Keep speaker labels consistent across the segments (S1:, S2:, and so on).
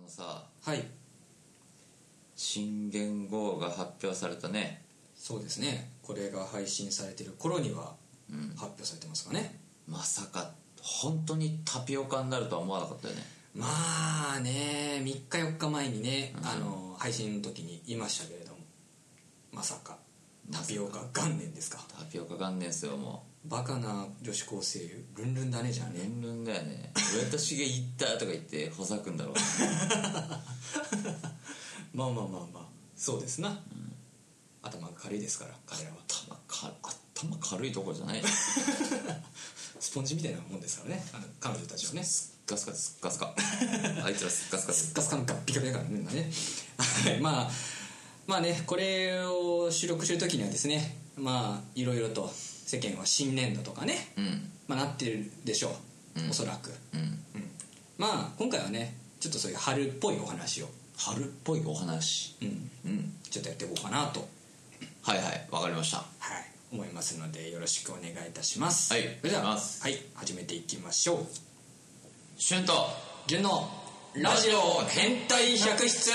S1: のさ
S2: はい
S1: 新元号が発表されたね
S2: そうですねこれが配信されてる頃には
S1: うん
S2: 発表されてますかね、
S1: まさか本当にタピオカになるとは思わなかったよね
S2: まあね3日4日前にね、
S1: うん
S2: あの配信の時に言いましたけれどもまさか
S1: まさ
S2: タ
S1: か
S2: ピオカ元年ですか
S1: タピオカ元年っすよも
S2: バカな女子高生ルンルンだねじゃ
S1: う
S2: ね、
S1: ルンルンだよね「上田茂行った」とか言ってほざくんだろうね
S2: まあまあまあまあそうですな、頭が軽いですから彼らは
S1: 頭か頭軽いところじゃない
S2: スポンジみたいなもんですからねあの彼女たちはね
S1: ガスガスガスガあいつらすっガスガ
S2: ス
S1: ス
S2: ッカスカのガッピカピだからね はいまあまあねこれを収録するときにはですねまあいろいろと世間は新年度とかね、
S1: うん
S2: まあ、なってるでしょう、
S1: うん
S2: おそらく、
S1: うん
S2: うんまあ今回はねちょっとそういう春っぽいお話を、
S1: 春っぽいお話
S2: うん、
S1: うん
S2: ちょっとやっていこうかなと、
S1: はいはいわかりました
S2: はい、思いますのでよろしくお願いいたします
S1: はい
S2: それでは、
S1: お願い
S2: は
S1: します
S2: い、始めていきましょう
S1: シュンと
S2: 純のラジオ変態百室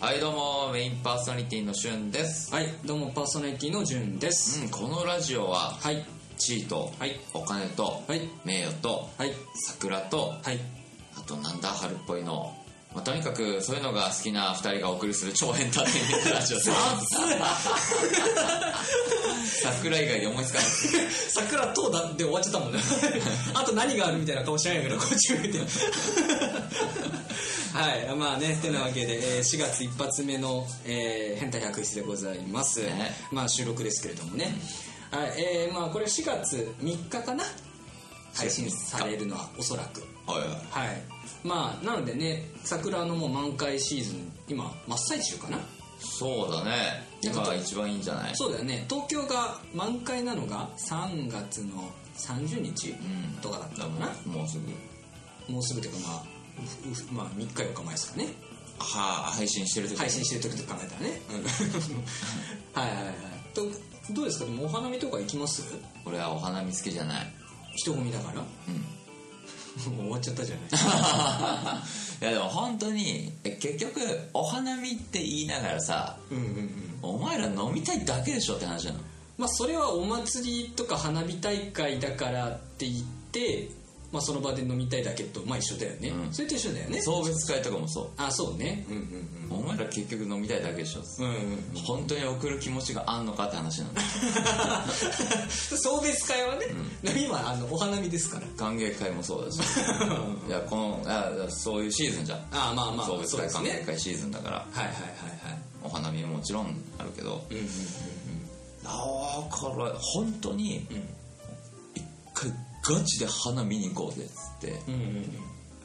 S1: はいどうもメインパーソナリティのシュンです
S2: はいどうもパーソナリティの純です、
S1: うんこのラジオは
S2: はい
S1: 地位と
S2: はい
S1: お金と
S2: はい
S1: 名誉と
S2: はい
S1: 桜と
S2: はい
S1: あとなんだ春っぽいの、まあ、とにかくそういうのが好きな2人がお送りする超エンターテインメントラジオです桜以外で思いつかない
S2: 桜とだで終わっちゃったもんねあと何があるみたいな顔しないけどこっち向いてはいまあねてなわけで、えー4月一発目の、えー変態百室でございます、
S1: ね
S2: まあ収録ですけれどもね、はいえーまあこれ4月3日かな配信されるのはおそらく
S1: はいはい
S2: はいまあなのでね桜のもう満開シーズン今真っ最中かな
S1: そうだね今が一番いいんじゃない
S2: そうだよね東京が満開なのが3月の30日
S1: ん
S2: とかだった
S1: だ
S2: の
S1: も
S2: かな、
S1: うもうすぐ
S2: もうすぐというかまあうふまあ3日4日前ですかね
S1: はあ配信してる時
S2: 配信してる時と考えたらねはいはいはいとどうですかでもお花見とか行きます
S1: 俺はお花見好きじゃない
S2: 人混みだからも
S1: うんいう
S2: 終わっちゃったじゃない
S1: やでも本当にえ結局お花見って言いながらさ
S2: うんうんうん
S1: お前ら飲みたいだけでしょって話なの
S2: まあそれはお祭りとか花火大会だからって言ってまあその場で飲みたいだけとまあ一緒だよね、
S1: うん
S2: それと一緒だよね
S1: 送別会とかもそ
S2: あそうねうん
S1: うお前ら結局飲みたいだけでしょ
S2: うんうんうんうん
S1: 本当に送る気持ちがあんのかって話 なの
S2: 送別会はね、今あのお花見ですから
S1: 歓迎会もそうだ しいやこのあそういうシーズンじゃん
S2: ああまあまあ
S1: 送別
S2: そうで
S1: 会
S2: す
S1: 歓
S2: ね
S1: 迎会シーズンだから
S2: はいはいはいはい
S1: お花見ももちろんあるけど
S2: うんうんうん
S1: だから本当に
S2: うん
S1: 一回ガチで花見に行こうぜっつって
S2: うんうんうん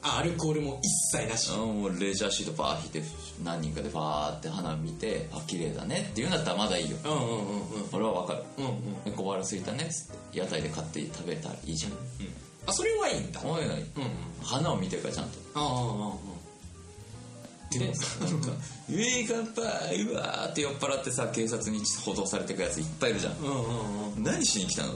S2: あアルコールも一切なし
S1: あもうレジャーシートバー引いて何人かでバーって花見てあ綺麗だねって言うんだったらまだいいよ
S2: うんうんうんうん
S1: 俺はわかる
S2: うんうん
S1: で小腹空いたねっつって屋台で買って食べたらいいじゃん
S2: あそれはいいんだ
S1: 思うよ
S2: うんうん
S1: 花を見てるからちゃんと
S2: あああああ
S1: でなんか「ウェイ乾杯うわ」ーって酔っ払ってさ警察に報道されてくやついっぱいいるじゃん
S2: あうんうんうん
S1: 何しに来たの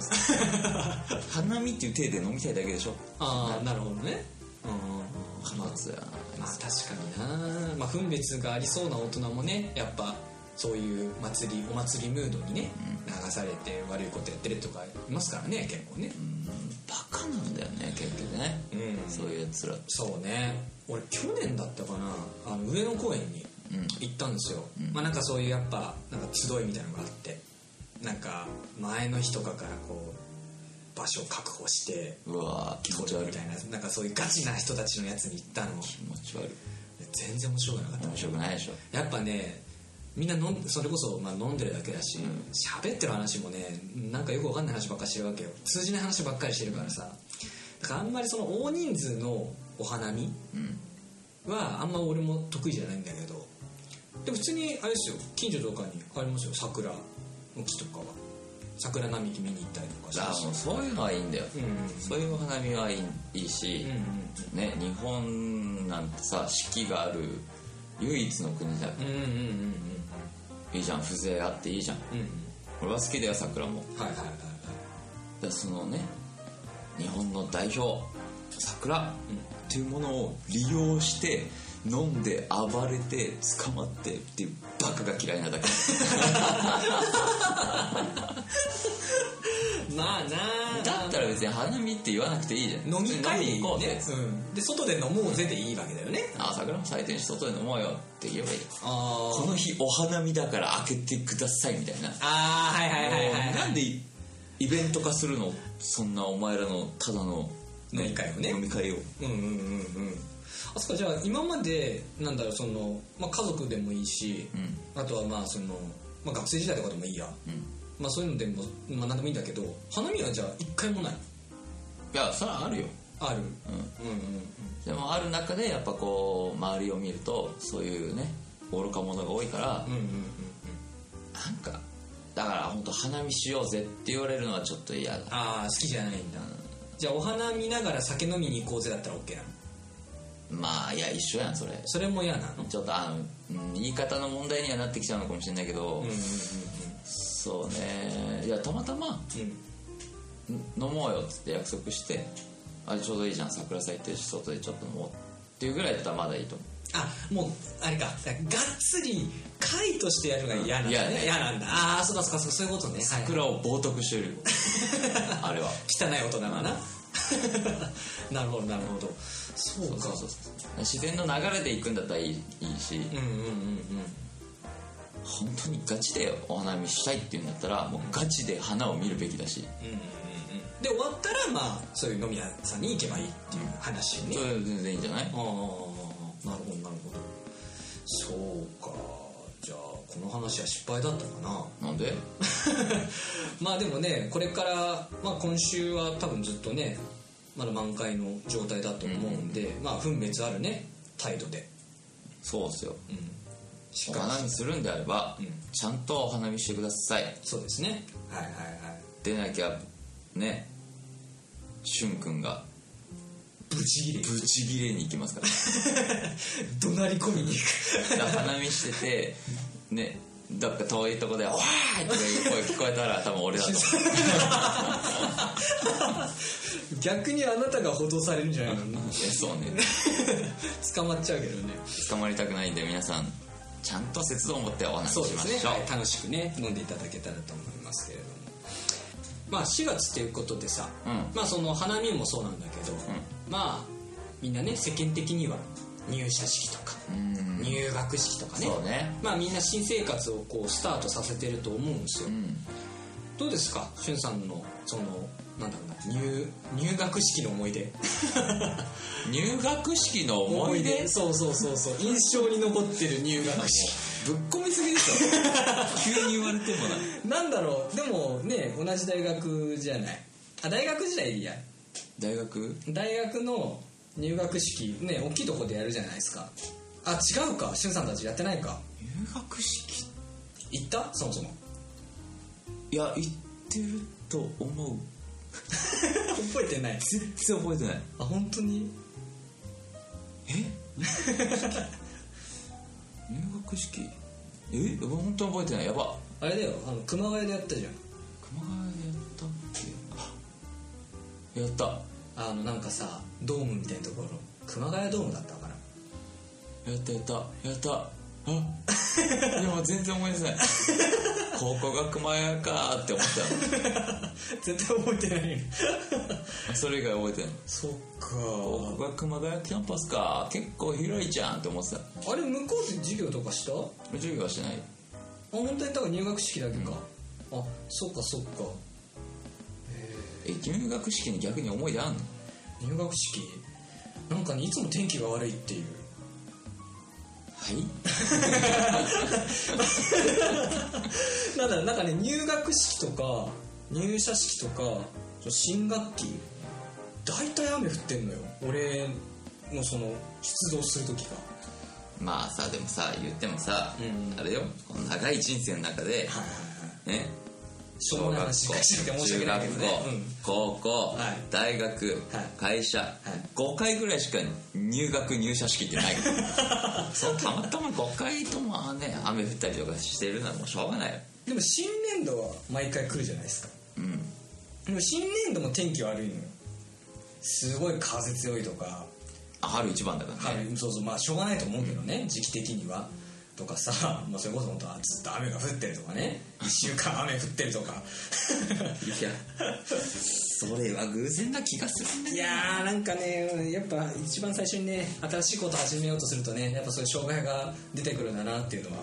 S1: 花見っていう体で飲みたいだけでしょ
S2: ああなるほどねうんうんうん
S1: 花つや
S2: まあ確かになまあ分別がありそうな大人もねやっぱそういう祭りお祭りムードにね流されて悪いことやってるとかいますからね結構ね
S1: うんバカなんだよね結局ね、
S2: うん
S1: そういうやつらって
S2: そうね俺去年だったかなあの上野公園に
S1: うん
S2: 行ったんですよ、
S1: うん
S2: まあなんかそういうやっぱなんか集いみたいなのがあってなんか前の日とかからこう場所を確保して
S1: うわー気持ち
S2: 取る
S1: 悪い
S2: みたいななんかそういうガチな人たちのやつに行ったの
S1: 気持ち悪い
S2: 全然面白くなかった
S1: 面白くないでしょ
S2: やっぱねみんな飲んそれこそまあ飲んでるだけだし
S1: うん
S2: 喋、ってる話もねなんかよくわかんない話ばっかりしてるわけよ通じない話ばっかりしてるからさだからあんまりその大人数のお花見
S1: うん
S2: はあんま俺も得意じゃないんだけどでも普通にあれですよ近所とかにありますよ桜の木とかは桜並木見に行ったりとかし
S1: あ
S2: た
S1: あ
S2: し
S1: もうそういうのはいいんだよ、
S2: うんうん
S1: そういうお花見はいいいいし、
S2: うんうん
S1: ね、日本なんてさ四季がある唯一の国だよ
S2: うんうんうん
S1: いいじゃん風情あっていいじゃん
S2: うんうん
S1: 俺は好きだよ桜も
S2: うんはいはいはいはい
S1: でそのね日本の代表桜っていうものを利用して飲んで暴れて捕まってっていうバカが嫌いな だけ
S2: まあなあ
S1: だったら別に花見って言わなくていいじゃん
S2: 飲み会
S1: 飲みに行こうぜ
S2: ね、うん、で外で飲もうぜでいいわけだよね
S1: あ桜も咲いてるし外で飲もうよって言えばいい
S2: あ
S1: この日お花見だから開けてくださいみたいな
S2: あーはいはいはいはい
S1: もうなんでイイベント化するのそんなお前らのただの、
S2: 飲み会をね
S1: 飲み会を
S2: うんうんうんうんあそっかじゃあ今までなんだろうその、まあ、家族でもいいし、
S1: うん
S2: あとはまあその、まあ、学生時代とかでもいいや、
S1: うん
S2: まあ、そういうのでも、まあ、何でもいいんだけど花見はじゃあ一回もない
S1: いやそれはあるよ
S2: ある、
S1: う
S2: うん、うん
S1: でもある中でやっぱこう周りを見るとそういうね愚か者が多いから
S2: うんうんうんうん
S1: なんかだから本当花見しようぜって言われるのはちょっと嫌だ
S2: ああ好きじゃないんだじゃあお花見ながら酒飲みに行こうぜだったら OK なの
S1: まあいや一緒やんそれ
S2: それも嫌なの
S1: ちょっとあの、うん言い方の問題にはなってきちゃうのかもしれないけど、
S2: うんうん
S1: そうねいやたまたま
S2: うん
S1: ん飲もうよっつって約束してあちょうどいいじゃん桜咲いてるし外でちょっと飲もうっていうぐらいだったらまだいいと思
S2: あもうあれかだからがっつり会としてやるのが嫌なんだ
S1: うん
S2: ね嫌なんだああそうかそうかそういうことね
S1: う
S2: はい
S1: 桜を冒涜してるよ あれは
S2: 汚い大人がな なるほどなるほどそうか
S1: そうそうそう自然の流れで行くんだったらいいいいし
S2: うんうんうん
S1: 本当にガチでお花見したいっていうんだったらもうガチで花を見るべきだし
S2: うんうんうんうんで終わったらまあそういう飲み屋さんに行けばいいっていう話ね
S1: それ全然いいんじゃない
S2: ああなるほどなるほどそうかじゃあこの話は失敗だったかな
S1: なんで
S2: まあでもねこれから、まあ、今週は多分ずっとねまだ満開の状態だと思うんで、まあ分別あるね態度で、
S1: そうっすよ
S2: うん、し
S1: お
S2: か
S1: 花見するんであれば、
S2: うん
S1: ちゃんとお花見してください
S2: そうですねはいはいはい
S1: でなきゃねしゅんくんが
S2: ブチギレ
S1: ブチギレに行きますから
S2: 怒鳴り込みに行く
S1: だから花見しててねどっか遠いとこで「おーい!」とかいう声聞こえたら多分俺だと思
S2: 逆にあなたが補導されるんじゃないの
S1: ういやそうね
S2: 捕まっちゃうけどね
S1: 捕まりたくないんで皆さんちゃんと節度を持ってお話
S2: そ
S1: し
S2: う
S1: します
S2: で
S1: しょう
S2: ね、はい、楽しくね飲んでいただけたらと思いますけれどもまあ4月ということでさ、
S1: うん
S2: まあその花見もそうなんだけど、まあみんなね世間的には入社式とか
S1: うん
S2: 入学式とかね
S1: そうね
S2: まあみんな新生活をこうスタートさせてると思うんですよ、
S1: うん
S2: どうですかしゅんさんのそのなんだろうな入入学式の思い出
S1: 入学式の思い出
S2: そうそうそうそう印象に残ってる入学式
S1: ぶっ込みすぎでしょ急に言われてもな
S2: なんだろうでもね同じ大学じゃないあ大学時代いいや
S1: 大学
S2: 大学の入学式ね大きいとこでやるじゃないですかあ違うかしゅんさんたちやってないか
S1: 入学式
S2: 行ったそもそも
S1: いや行ってると思う
S2: 覚えてない
S1: 全然覚えてない
S2: あ本当に
S1: え 入学式え本当に覚えてないやば
S2: あれだよあの熊谷でやったじゃん
S1: 熊谷でやったっけあやった
S2: あのなんかさドームみたいなところ熊谷ドームだったのかな
S1: やったやったやったあ いやもう全然思い出せないここが熊谷かーって思っ
S2: 絶対覚えてない
S1: たそれ以外覚えてない
S2: そっ
S1: ここが熊谷キャンパスか結構広いじゃんって思ってた
S2: かあれ向こうで授業とかしたあ
S1: 授業はしない
S2: 本当にだから入学式だけか、あそっかそっか
S1: え入学式に逆に思い出あんの
S2: 入学式なんかねいつも天気が悪いっていう
S1: はい
S2: なんだなんかね入学式とか入社式とか新学期大体雨降ってんのよ俺のその出動する時が
S1: まあさでもさ言ってもさ、
S2: うん
S1: あれよこの長い人生の中で、
S2: はいはい
S1: ね
S2: しょうもない話ばっかりしてて申し
S1: 中
S2: 訳ないけ
S1: 学
S2: ど
S1: 校
S2: ね、うん、
S1: 高校、
S2: はい
S1: 大学、会社、5回ぐらいしか入学入社式ってないそうたまたま5回ともね雨降ったりとかしてるのはもうしょうがないよ
S2: でも新年度は毎回来るじゃないですか
S1: うん
S2: でも新年度も天気悪いのよすごい風強いとか
S1: あ春一番だからね、
S2: 春そうそうまあしょうがないと思うけどね、時期的にはとかさ、まあ、それこそ本当はずっと雨が降ってるとかね1週間雨降ってるとか
S1: い、やそれは偶然な気がするね
S2: いやーなんかねやっぱ一番最初にね新しいこと始めようとするとねやっぱそういう障害が出てくるんだなっていうのは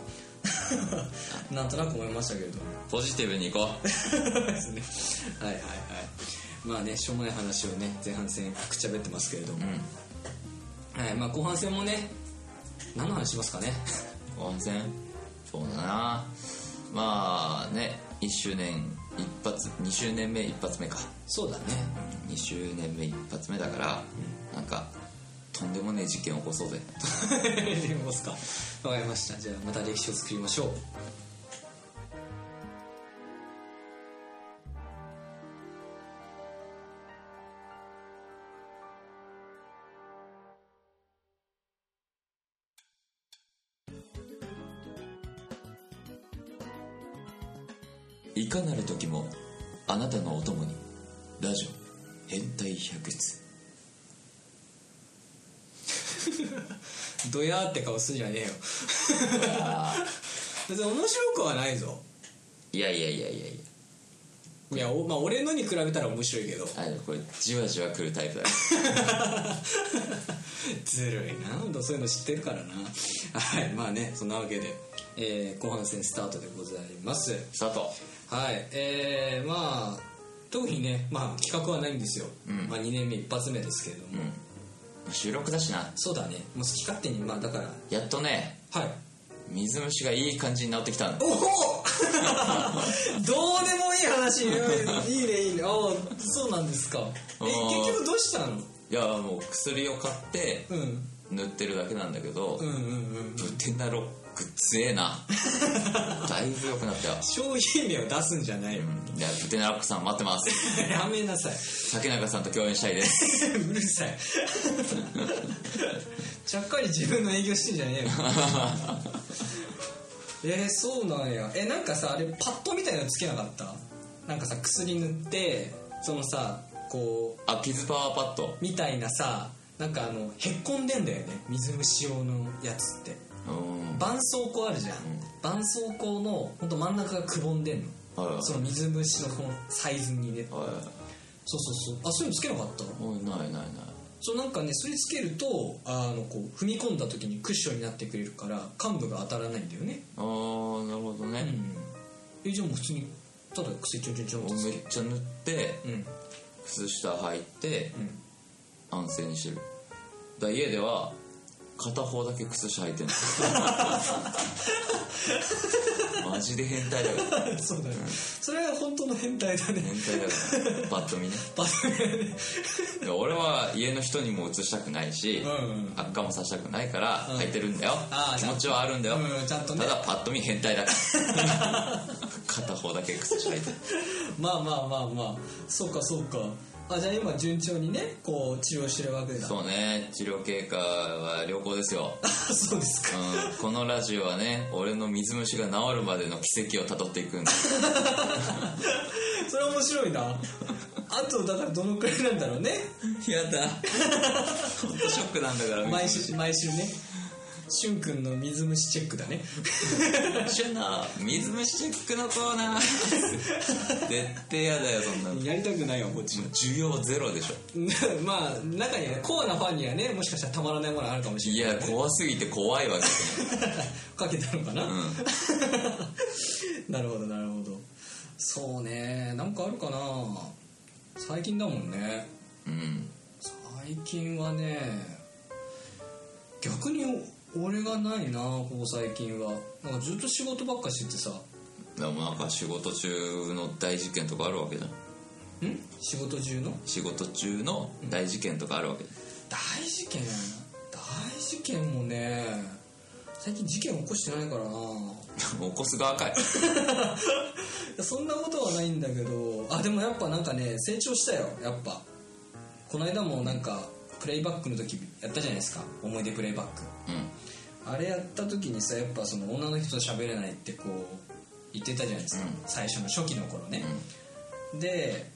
S2: なんとなく思いましたけれど
S1: ポジティブにいこう
S2: ですね。はいはいはい。まあね、しょうもない話をね、前半戦くっちゃべってますけれども。はい、まあ後半戦もね、何の話しますかね。
S1: 温泉そうだなまあね1周年一発2周年目一発目か
S2: そうだね。
S1: 2周年目一発目だから、なんかとんでもねえ事件起こそうぜ
S2: でもすか。わかりました。じゃあまた歴史を作りましょう。
S1: いかなる時もあなたのお供にラジオ変態百室
S2: ドヤーって顔すんじゃねえよ。別に面白くはないぞ。
S1: いやいやいやいやい
S2: いや、おまあ俺のに比べたら面白いけど。
S1: やあこれじわじわくるタイプだよ
S2: ずるいなほんとそういうの知ってるからなはいまあねそんなわけで、えー後半戦スタートでございます
S1: スタート
S2: はいえー、まあ特にね、まあ、企画はないんですよ、まあ、2年目一発目ですけれども、
S1: 収録だしな
S2: そうだねもう好き勝手にまあだから
S1: やっとね
S2: はい
S1: 水虫がいい感じになってきたんだ
S2: おお どうでもいい話うんいいねいいねああそうなんですかえ
S1: あー
S2: 結局どうしたの
S1: いやもう薬を買って
S2: うん
S1: 塗ってるだけなんだけど、
S2: うんうんうん
S1: ブテナロック強えな だいぶ良くなったよ、
S2: 商品名を出すんじゃないよ
S1: いやブテナロックさん待ってます
S2: やめなさい
S1: 竹中さんと共演したいです
S2: うるさい ちゃっかり自分の営業してんじゃね えよえー、そうなんやえなんかさあれパッドみたいなのつけなかったなんかさ薬塗ってそのさこ
S1: あ傷パワーパッド
S2: うみたいなさなんかあのへっこんでんだよね水虫用のやつって
S1: うん
S2: 絆創膏あるじゃん絆創膏のほんと真ん中がくぼんでん
S1: はいは
S2: の
S1: い
S2: その水虫のこのサイズにねそう
S1: は
S2: そうそうあそういうのつけなかった
S1: いおいないないない
S2: そうなんかねそれつけるとあのこう踏み込んだ時にクッションになってくれるから患部が当たらないんだよね
S1: あーなるほど
S2: う
S1: ね、
S2: えじゃあもう普通にただ薬ちょんちょんちょんって
S1: もう
S2: つ
S1: め
S2: ける
S1: っちゃ塗って
S2: うんうん
S1: 靴下履いて安静にしてるだから家では片方だけ靴下履いて るマジで変態だから
S2: そうだよ、それは本当の変態だね
S1: 変態だからバッと見ね
S2: バス
S1: で俺は家の人にも移したくないし、
S2: うんうん
S1: 悪化もさせたくないから履いてるんだよ、
S2: あー
S1: 気持ちはあるんだよ、
S2: うんちゃんとね
S1: ただパッと見変態だから 片方だけ靴下履いてる
S2: まあまあまあまあそうかそうかあじゃあ今順調にねこう治療してるわけだ
S1: そうね治療経過は良好ですよ、
S2: あ そうですか
S1: うん、このラジオはね俺の水虫が治るまでの奇跡をたどっていくんだ
S2: それは面白いなあとだからどのくらいなんだろうね
S1: やだ本当ショックなんだから
S2: 毎週毎週ねしゅんくんの水虫チェックだね
S1: 週の水虫チェックのコー ナー絶対やだよそんなのもう
S2: やりたくないわこっち
S1: 需要ゼロでしょ
S2: まあ中にはねコアなファンにはねもしかしたらたまらないものあるかもし
S1: い
S2: れない
S1: や怖すぎて怖いわけ
S2: かけたのかな、
S1: ん
S2: なるほどなるほどそうねなんかあるかな最近だもんね
S1: うん
S2: 最近はね逆に俺がないなここ最近はなんかずっと仕事ばっかしててさ
S1: でもなんか仕事中の大事件とかあるわけじゃん
S2: ん仕事中の
S1: 仕事中の大事件とかあるわけ
S2: 大事件大事件もね最近事件起こしてないからな
S1: 起こす側かい
S2: そんなことはないんだけどあでもやっぱなんかね成長したよやっぱこの間もなんかプレイバックの時やったじゃないですか思い出プレイバック
S1: うん
S2: あれやった時にさやっぱその女の人と喋れないってこう言ってたじゃないですか、
S1: うん
S2: 最初の初期の頃ね
S1: う、ん
S2: で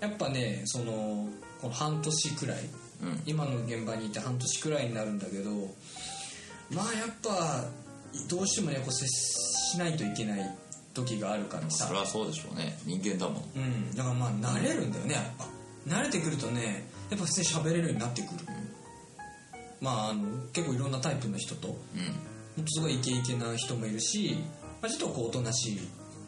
S2: やっぱねそのこの半年くらい
S1: うん
S2: 今の現場にいて半年くらいになるんだけどまあやっぱどうしてもねこう接しないといけない時があるからさ
S1: それはそうでしょうね人間だもん
S2: うんだからまあ慣れるんだよねやっぱ慣れてくるとねやっぱ普通に喋れるようになってくる、まああの結構いろんなタイプの人とほ
S1: うん
S2: んとすごいイケイケな人もいるし、まあ、ちょっとこうおとなしい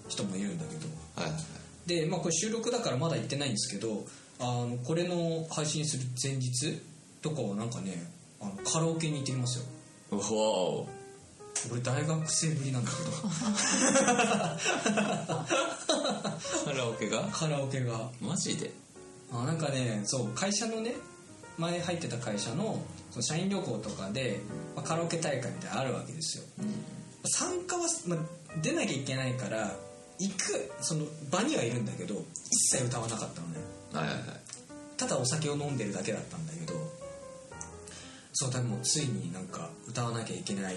S2: 人もいるんだけど
S1: はいはいはい
S2: で、まあ、これ収録だからまだ行ってないんですけどあのこれの配信する前日とかはなんかねあのカラオケに行ってきますよ
S1: うお
S2: 俺大学生ぶりなんだけど
S1: ーカラオケが
S2: カラオケが
S1: マジで
S2: あなんかねそう会社のね前入ってた会社のその社員旅行とかで、まあ、カラオケ大会みたいなのあるわけですよ参加は、まあ、出なきゃいけないから行くその場にはいるんだけど一切歌わなかったのね
S1: はいはいはい
S2: ただお酒を飲んでるだけだったんだけどそうでもついになんか歌わなきゃいけない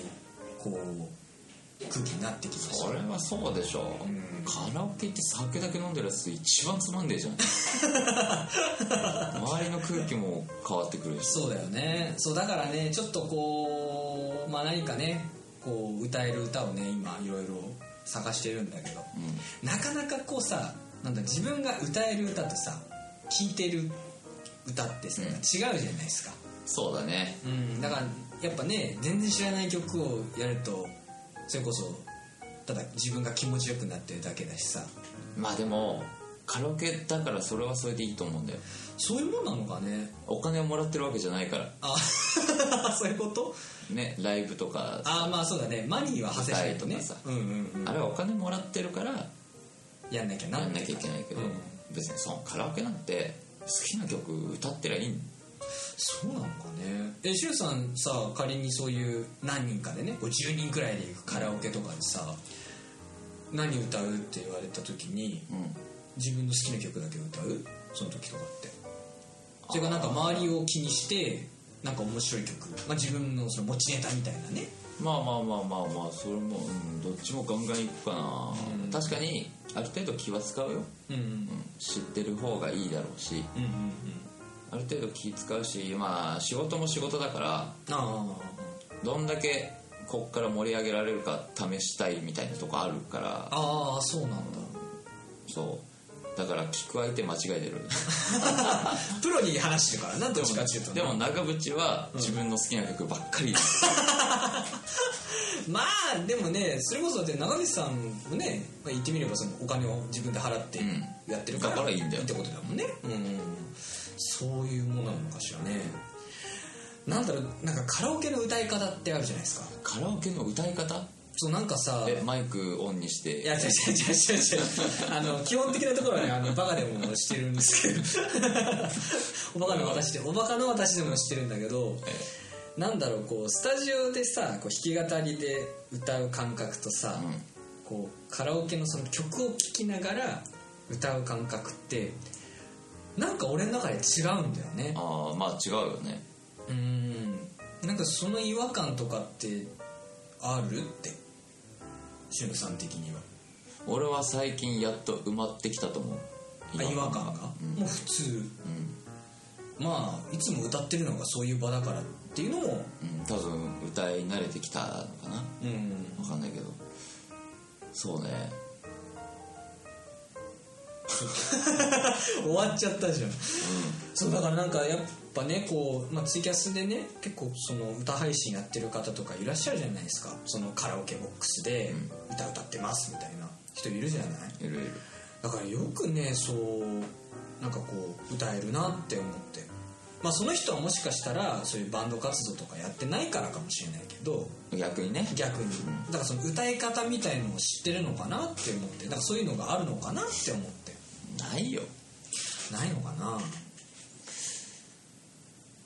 S2: こう空気になってきました
S1: それはそうでしょう、
S2: うん
S1: カラオケ行って酒だけ飲んでるやつ一番つまんねえ じゃん周りの空気も変わってくるし
S2: そうだよねそうだからねちょっとこうまあ何かねこう歌える歌をね今いろいろ探してるんだけど
S1: うん
S2: なかなかこうさなんだ自分が歌える歌とさ聴いてる歌ってさ、
S1: うん
S2: 違うじゃないですか
S1: そうだね
S2: うん、だからやっぱね全然知らない曲をやるとそれこそただ自分が気持ちよくなってるだけだしさ
S1: まあでもカラオケだからそれはそれでいいと思うんだよ
S2: そういうもんなのかね
S1: お金をもらってるわけじゃないから
S2: あそういうこと
S1: ねライブとか
S2: ああまあそうだねマニーは外せないとね
S1: 舞台とか
S2: うんうん
S1: あれはお金もらってるから
S2: うんやんなきゃな
S1: や
S2: っ
S1: んな
S2: て
S1: きゃいけないけど、
S2: うん
S1: 別にそのカラオケなんて好きな曲歌ってりゃいいん
S2: そうなのかねえしゅうさんさ仮にそういう何人かでねこう10人くらいで行くカラオケとかでさ何歌うって言われた時に
S1: うん
S2: 自分の好きな曲だけ歌うその時とかってそれがなんか周りを気にしてなんか面白い曲、まあ、自分のその持ちネタみたいなね
S1: まあまあまあまあまあそれも、うん、どっちもガンガンいくかな、
S2: うん
S1: 確かにある程度気は使うよ、
S2: うんうん
S1: うん、知ってる方がいいだろうし
S2: うんうんうん
S1: ある程度気使うしまあ仕事も仕事だから
S2: あ
S1: どんだけこっから盛り上げられるか試したいみたいなとこあるから
S2: あああそうなんだ
S1: そうだから聞く相手間違えて る
S2: プロに話してるからなどっちかっていうと
S1: で
S2: な
S1: も長渕は自分の好きな曲ばっかり、
S2: まあでもねそれこそだって長渕さんもね、まあ、言ってみればそのお金を自分で払って
S1: う
S2: やってるから、
S1: だからいいんだよ
S2: ってことだもんねうんうんうんそういうものなのかしらねなんだろうなんかカラオケの歌い方ってあるじゃないですか
S1: カラオケの歌い方
S2: そうなんかさ
S1: えマイクオンにし
S2: いや、
S1: て
S2: 違う違う違う違う違う。あの、基本的なところはね、あの、バカでもしてるんですけど。 おバカの私で、おバカの私でもしてるんだけど、なんだろう、こう、スタジオでさ、こう弾き語りで歌う感覚とさ、
S1: うん
S2: こう、カラオケのその曲を聴きながら歌う感覚って、なんか俺の中で違うんだよね。
S1: ああまあ違うよね
S2: うーん。なんかその違和感とかって、あるって。しゅんさん的には。
S1: 俺は最近やっと埋まってきたと思う
S2: あ違和感が、もう普通まあいつも歌ってるのがそういう場だからっていうのも
S1: うん、うん、多分歌い慣れてきたのかな
S2: うん
S1: わかんないけどそうね
S2: 終わっちゃったじゃん、そうだからなんかやっぱねこう、まあ、ツイキャスでね結構その歌配信やってる方とかいらっしゃるじゃないですかそのカラオケボックスで歌歌ってますみたいな人いるじゃない
S1: いろいろ
S2: だからよくねそうなんかこう歌えるなって思ってまあその人はもしかしたらそういうバンド活動とかやってないからかもしれないけど
S1: 逆にね
S2: 逆にだからその歌い方みたいのを知ってるのかなって思ってなんかそういうのがあるのかなって思って
S1: ないよ
S2: ないのかな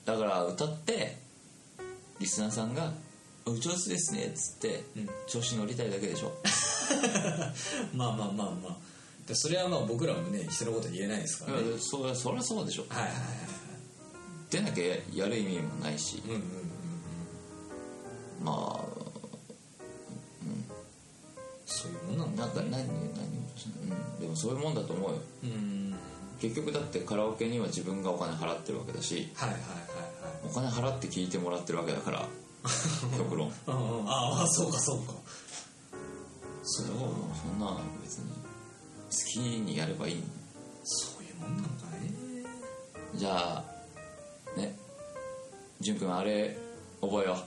S1: だから歌ってリスナーさんが「お上手ですね」っつって、
S2: うん
S1: 調子乗りたいだけでしょ
S2: まあまあまあまあでそれはまあ僕らもね人のこと言えないですからね、
S1: いやそりゃそりゃそうでしょ
S2: はいはいは
S1: 出なきゃやる意味もないし
S2: いうんうん
S1: ま
S2: そういうもんな
S1: あな
S2: んだ
S1: んか何何うんでもそういうもんだと思うよ
S2: うん
S1: 結局だってカラオケには自分がお金払ってるわけだし
S2: はいはい
S1: お金払って聴いてもらってるわけだから 極論
S2: はいはい、うんうん、ああそうかそうか
S1: そそんな別に好きにやればいい
S2: そういうもんなのかね
S1: じゃあね潤くんあれ覚えよう
S2: はい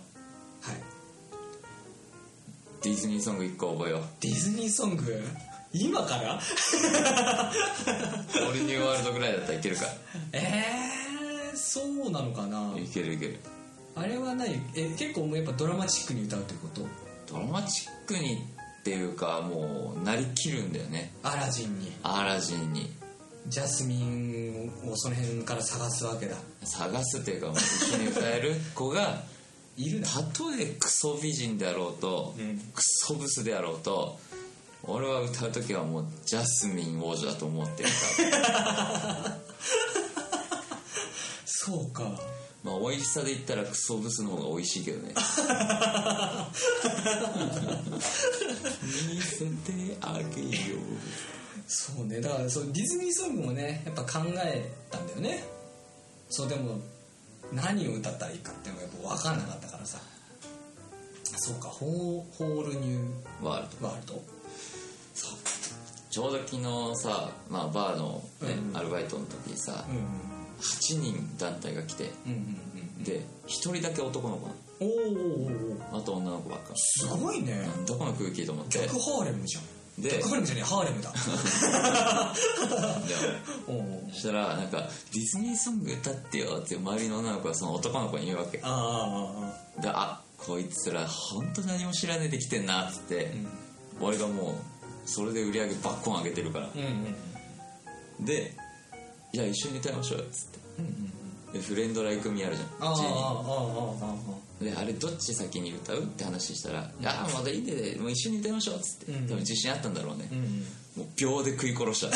S1: ディズニーソング1個覚えよう
S2: ディズニーソング今から
S1: オールニューワールドぐらいだったらいけるか
S2: えー、そうなのかない
S1: けるいける
S2: あれは何え結構もうやっぱドラマチックに歌うってこと
S1: ドラマチックにっていうかもうなりきるんだよね
S2: アラジンに
S1: アラジンに
S2: ジャスミンをその辺から探すわけだ
S1: 探すっていうかもう一緒に歌える子が
S2: いるな
S1: たとえクソ美人であろうと、
S2: うん
S1: クソブスであろうと俺は歌う時はもうジャスミン王女だと思ってる から、
S2: そうか
S1: まあ、美味しさで言ったらクソブスの方が美味しいけ どね見せてあげよう
S2: そうねだからそうディズニーソングもねやっぱ考えたんだよねそうでも何を歌ったらいいかっていうのがやっぱ分かんなかったからさあそうかホーホールニュ
S1: ワールド
S2: ーワールドそう
S1: ちょうど昨日さ、まあ、バーの、ね
S2: うん
S1: アルバイトの時にさ、
S2: うんうん
S1: 8人団体が来て
S2: うん
S1: で1人だけ男の子な
S2: うんうんおーおーおーおー
S1: のあと女の子ばっか
S2: すごいね
S1: なんだこの空気と思って
S2: 逆ハーレムじゃん
S1: でで
S2: 逆ハーレムじゃねえハーレムだおうおう
S1: そしたらなんか「ディズニーソング歌ってよ」って周りの女の子はその男の子に言うわけで
S2: ああああああ
S1: 「あこいつら本当何も知らねえで来てんな」っつって、俺がもうそれで売り上げバッコン上げてるから
S2: うんうんうん
S1: で「じゃあ一緒に歌いましょうよ」っつって
S2: うんうん
S1: でフレンドライクミーあるじゃん
S2: ああああああ
S1: ジェニー
S2: ああ
S1: であれどっち先に歌うって話したら「ああまだいいんでもう一緒に歌いましょう」っつって、
S2: うん
S1: 多分自信あったんだろうね
S2: う、んうん
S1: もう秒で食い殺した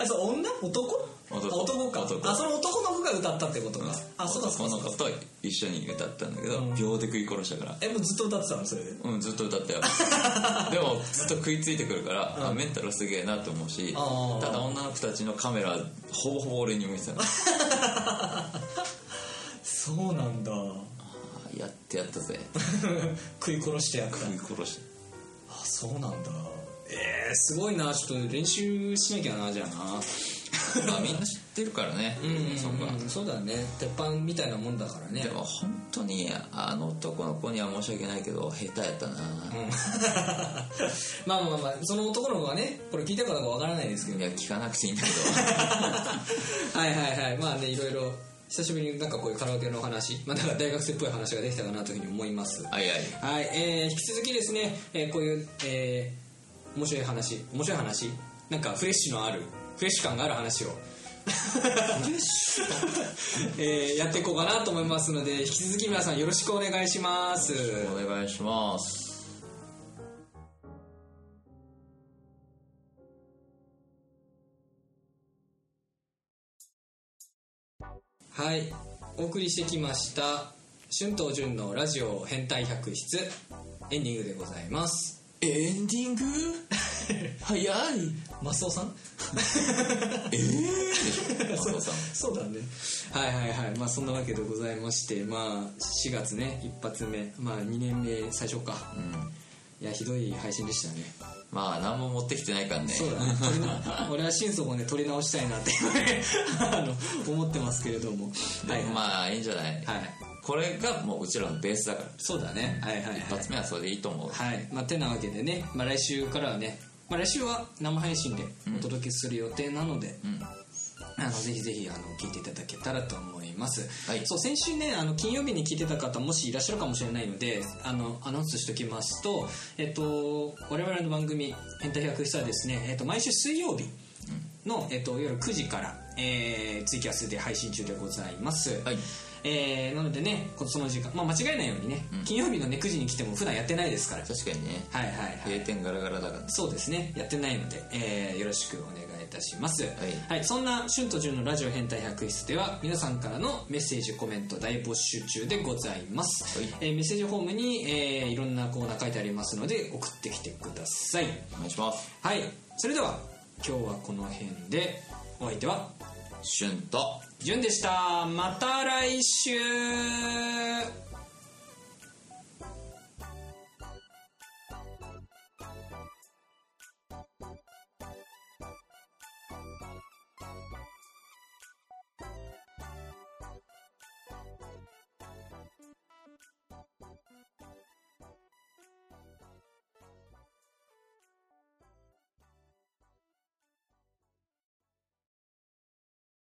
S2: あそう女男
S1: 男
S2: あ男か
S1: 男
S2: あその男の子が歌ったってことか、 あそうだそう
S1: 男
S2: だ
S1: の
S2: そうだ
S1: 子と一緒に歌ったんだけど、
S2: うん
S1: 秒で食い殺したから
S2: えもうずっと歌ってたのそれで
S1: うんずっと歌ったよ でもずっと食いついてくるから、あメンタルすげえなと思うし
S2: あー
S1: ただ女の子たちのカメラほぼほぼ俺に向いてたのあ
S2: そうなんだ
S1: ーやってやったぜ
S2: 食い殺してやった
S1: 食い殺した
S2: あそうなんだえー、すごいなちょっと練習しなきゃなじゃあな
S1: まあみんな知ってるからねそこは
S2: うんそうだね鉄板みたいなもんだからね
S1: でも本当にあの男の子には申し訳ないけど下手やったな、
S2: まあまあまあその男の子がねこれ聞いたかどうかわからないですけど
S1: いや聞かなくていいんだけ
S2: はいはいはいまあねいろいろ久しぶりになんかこういうカラオケのお話まあなんか大学生っぽい話ができたかなというふうに思います
S1: どはいはい
S2: はい、えー、引き続きですね、えーこういう、えー面白い話面白い話なんかフレッシュのあるフレッシュ感がある話をフレッシュ、 えーやっていこうかなと思いますので引き続き皆さんよろしくお願いします
S1: お願いします
S2: はいお送りしてきました春と潤のラジオ変態百室エンディングでございます
S1: エンディ ング早い
S2: マスオさん
S1: ええー、でしょ松尾さん
S2: そうだねはいはいはいまあそんなわけでございましてまあ4月ね一発目まあ2年目最初か
S1: うん
S2: いやひどい配信でしたね
S1: まあ何も持ってきてないからね
S2: そうだね撮りな 俺は心底をね撮り直したいなって あの思ってますけれどもはい
S1: でもまあいいんじゃない、
S2: はい
S1: これがもううちらのベースだから
S2: そうだねはいはいはい
S1: 一発目はそれでいいと思う、
S2: はい、まあ、てなわけでね、まあ、来週からはね、まあ、来週は生配信でお届けする予定なので、
S1: うん
S2: あのぜひぜひあの聞いていただけたらと思います、
S1: はい
S2: そう先週ねあの金曜日に聞いてた方もしいらっしゃるかもしれないのであのアナウンスしておきますと、えっと、我々の番組「変態百室」はですね、えっと、毎週水曜日の、えっと、夜9時からえーツイキャスで配信中でございます、
S1: はい
S2: えーなのでねこその時間、まあ、間違えないようにね、金曜日のね9時に来ても普段やってないですから
S1: 確かにね
S2: はいはいはい
S1: 閉店ガラガラだから
S2: そうですねやってないので、えーよろしくお願いいたします、はいそんな「春と潤のラジオ変態百室」では皆さんからのメッセージコメント大募集中でございます、
S1: はい
S2: えーメッセージフォームに、えーいろんなコーナー書いてありますので送ってきてください
S1: お願いします
S2: はいそれでは今日はこの辺でお相手は
S1: シュンと
S2: 潤でしたまた来週